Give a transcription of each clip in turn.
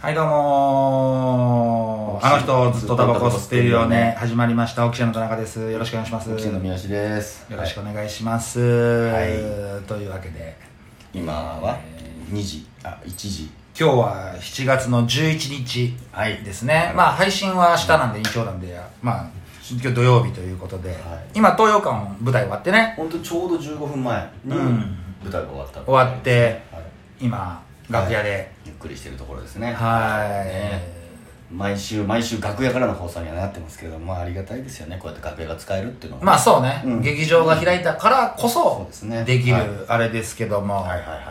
はいどうもーあの人ずっとタバコ吸ってるよね始まりましたオキシエンの田中ですよろしくお願いしますオキシエンの三好ですよろしくお願いします、いというわけで今は2時あ1時今日は7月の11日はいですね、まあ配信は明日なんで一応なんでまあ今日土曜日ということで、い今東洋館舞台終わってね本当ちょうど15分前にうん舞台が終わった終わってはい今楽屋でゆっくりしてるところですねはい、ね毎週毎週楽屋からの放送にはなってますけれどもまあありがたいですよねこうやって楽屋が使えるっていうのはまあそうね、うん劇場が開いたからこそうそですねできるはいあれですけども、はいはいはいはい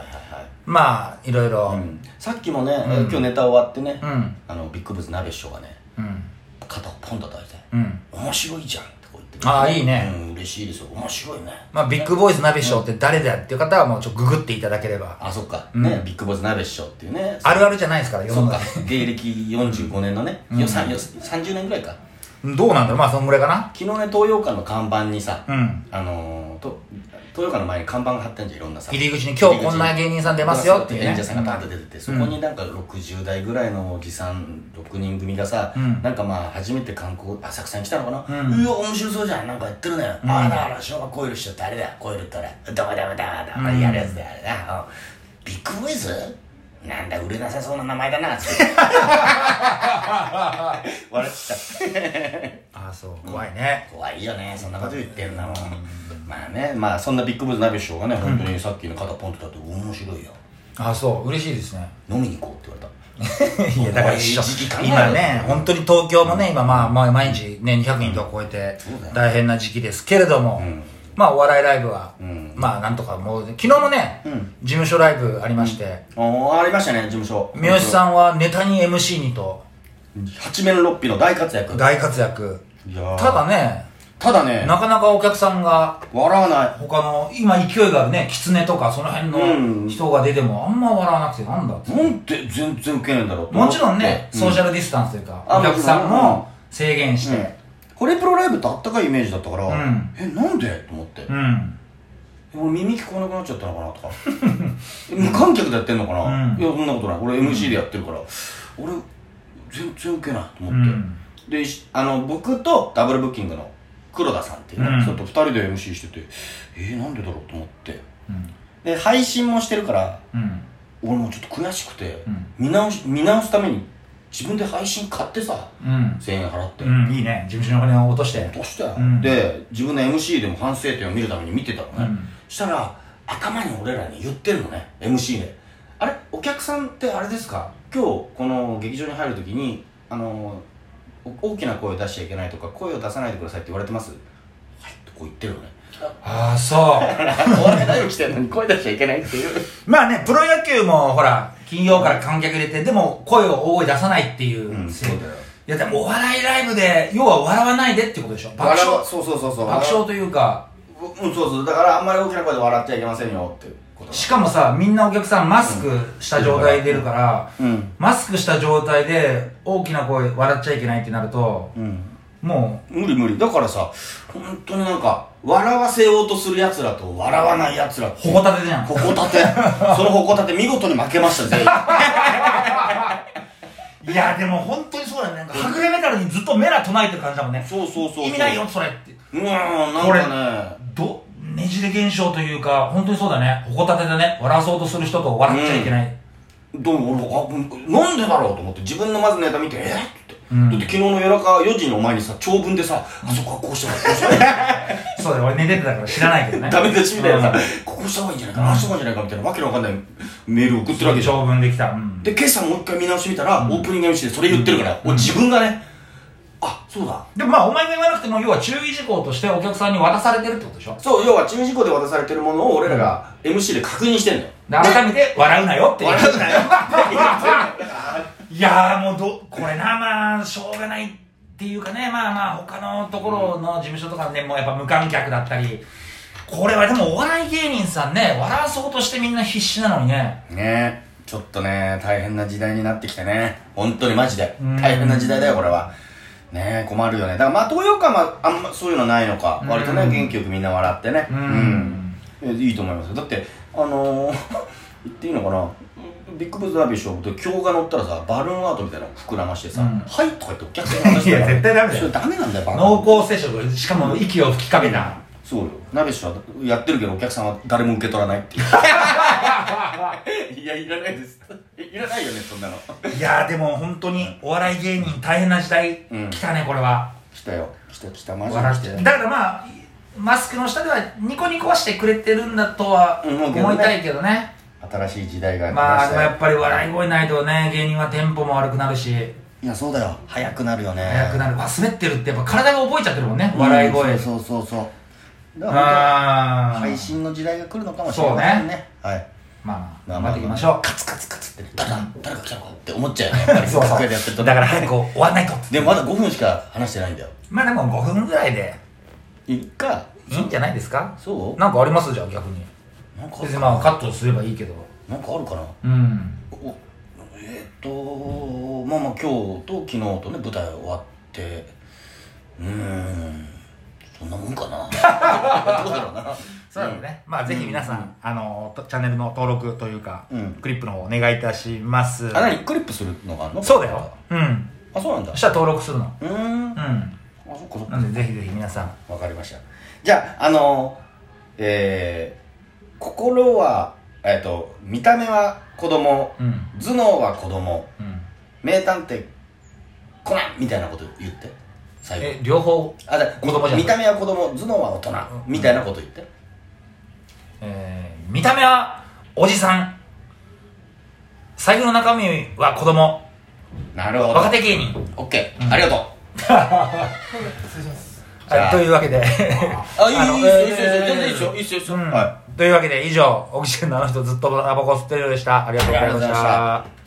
まあいろいろ、はい、うん、さっきもね、ん今日ネタ終わってね、うんあのビッグブズ鍋師匠がねうん肩をポンと叩いてうん「面白いじゃん」ってこう言ってくれてああいいねうん、嬉しいですよ面白いねまあビッグボーイズ鍋師匠って誰だよっていう方はもうちょっとググっていただければあそっか、うんねビッグボス鍋師匠っていうねあるあるじゃないですから世そのうか中芸歴45年のね、よさよ30年ぐらいかどうなんだろうまあそんぐらいかな昨日ね東洋館の看板にさ、うんあのーと東洋館の前に看板が貼ってんじゃんいろんなさ入り口に今日こんな芸人さん出ますよっていうね演者さんがバーンと出てて、そこになんか60代ぐらいのおじさん6人組がさ、うんなんかまあ初めて観光浅草に来たのかうな、んわ面白そうじゃんなんかやってるね、ああだから昭和超える人誰だよ超えるって誰どこだどこだどこだやるやつだよあれなうんビッグボイズなんだ売れなさそうな名前だなつって 笑ってたああそう怖いね怖いよねそんなこと言ってるなもんまあねまあそんなビッグブーズ鍋師匠がね本当にさっきの肩ポンと立って面白いよああそう嬉しいですね飲みに行こうって言われ たいやだからお前一緒時期考えろ今ね本当に東京もね今まあまあ毎日ね200人とか超えてそうだよ大変な時期ですけれどもんまあお笑いライブはうんまあなんとかもう昨日もねうん事務所ライブありましておーありましたね事務所三好さんはネタに MC にと八面六臂の大活躍大活躍いやーただねただねなかなかお客さんが笑わない他の今勢いがあるね狐とかその辺うんの人が出てもあんま笑わなくてなんだってなんて全然ウケないんだろうと思もってちろんね、うソーシャルディスタンスというかあお客さんもちろんうんも制限しうんてホレプロライブってあったかいイメージだったから、うんえなんでと思って、うん、俺耳聞こえなくなっちゃったのかなとか 無観客でやってんのかな、うんいやそんなことない俺 MC でやってるから、俺全然ウケないとう思って、んでしあの僕とダブルブッキングの黒田さんっていうね、うんちょっと2人で MC しててえー、なんでだろうと思ってうんで配信もしてるからうん俺もうちょっと悔しくて、うん見直し見直すために自分で配信買ってさうん1000円払って、うんいいね事務所のお金を落としてどうしたよ、うんで自分の MC でも反省点を見るために見てたのね、うんしたら頭に俺らに言ってるのね MC であれお客さんってあれですか今日この劇場に入るときにあのお大きな声を出しちゃいけないとか声を出さないでくださいって言われてますはいとこう言ってるのねああそうお 笑いライブ来てるのに声出しちゃいけないっていうまあねプロ野球もほら金曜から観客入れてでも声を大声出さないっていう、うん制度そうだよいやでもお笑いライブで要は笑わないでってことでしょ爆笑笑うそうそうそうそう爆笑というかうんそうそうだからあんまり大きな声で笑っちゃいけませんよっていうことしかもさみんなお客さんマスクした状態で出るから、うんマスクした状態で大きな声笑っちゃいけないってなるとうんも無理無理だからさ本当になんか笑わせようとするやつらと笑わないやつらうほほこたてじゃんほ こたてそのほこたて見事に負けました全員いやでも本当にそうだよねなんかはぐれメタルにずっとメラ唱えてる感じだもんねそうそうそうそう意味ないよそれってうーんなんかねどねじれ現象というか本当にそうだねほこたてでね笑わそうとする人と笑っちゃいけない、どう俺あうんなんでだろうと思って自分のまずネタ見てえっって、うんだって昨日の夜中4時にお前にさ長文でさあそこはこうしたらこうしたら そうだよ俺寝ててたから知らないけ どねダメ出しみたいなさ、うんこうした方がいいんじゃないかなああした方がいいんじゃないかみたいなわけのわかんないメール送ってるわけじゃん長文できた、うん、で今朝もう一回見直してみたら、オープニング MC でそれ言ってるから、俺自分がねあそうだでもまあお前が言わなくても要は注意事項としてお客さんに渡されてるってことでしょそう、要は注意事項で渡されてるものを俺らが MC で確認してんのよ。で改めて笑うなよっていう笑うなよ。いやーもうどこれなまあしょうがないっていうかねまあまあ他のところの事務所とかねもうやっぱ無観客だったりこれはでもお笑い芸人さんね笑わそうとしてみんな必死なのにねねえ、ちょっとね、大変な時代になってきてね。本当にマジでうん。大変な時代だよ、これは。ねえ、困るよね。だからまあ、東洋館はあんまそういうのないのか。割とね、元気よくみんな笑ってね。うん うん。えいいと思いますよ。だって、あのー、言っていいのかなビッグブザービー賞と今日が乗ったらさバルーンアートみたいなの膨らましてさ「うんはい」とか言ってお客さんに渡したらいや絶対ダメだよそれダメなんだよバカ濃厚接触しかも息を吹きかけたそうよ鍋師はやってるけどお客さんは誰も受け取らな いっていういやいらないですいらないよねそんなのいやーでも本当にお笑い芸人大変な時代うん来たねこれは、来たよ来た来たマジで笑っ来てたよだからまあマスクの下ではニコニコはしてくれてるんだとはうん思うけど思ねいたいけどね,、新しい時代が来ままあしでもたやよっぱり笑い声ないとね芸人はテンポも悪くなるしいやそうだよ早くなるよね速くなるあ滑ってるってやっぱ体が覚えちゃってるもんねうん笑い声、そうそうそうそうだからあ本当あに配信の時代が来るのかもしれませんねはいまあまあ頑まあ張っていきましょカツカツカツってね誰だ誰が来たのかって思っちゃうよねやっぱ うり そう楽そう屋でやってるとだから早く終わんないとでもまだ5分しか話してないんだよまあでも5分ぐらいでいっかいいんじゃないですかそうなんかありますじゃあ逆になんかあ別るにかまあなカットすればいいけどなんかあるかな うんおえっ、とまあまあ今日と昨日とね舞台終わってうーんそんなもんかなどうだろうなそうだね、まあぜひ皆さん、あのとチャンネルの登録と いうか、うんクリップの方お願いいたしますあ何クリップするのがあるのそうだようんあそうなんだそしたら登録するのうーんうあんそっかそっかなんでぜひぜひ皆さんわかりましたじゃああのえー、心はえっ、と見た目は子供うん頭脳は子供うん名探偵コナンみたいなこと言って最後え両方あだ子供じゃん見た目は子供頭脳は大人、うんみたいなこと言ってえー見た目はおじさん財布の中身は子供なるほ若手芸人オッケうんーありがとうじゃああというわけでのいいっすよいいっすうんはというわけで以上オキシエンのあの人ずっとタバコ吸ってるでしたありがとうございまありがとうございしました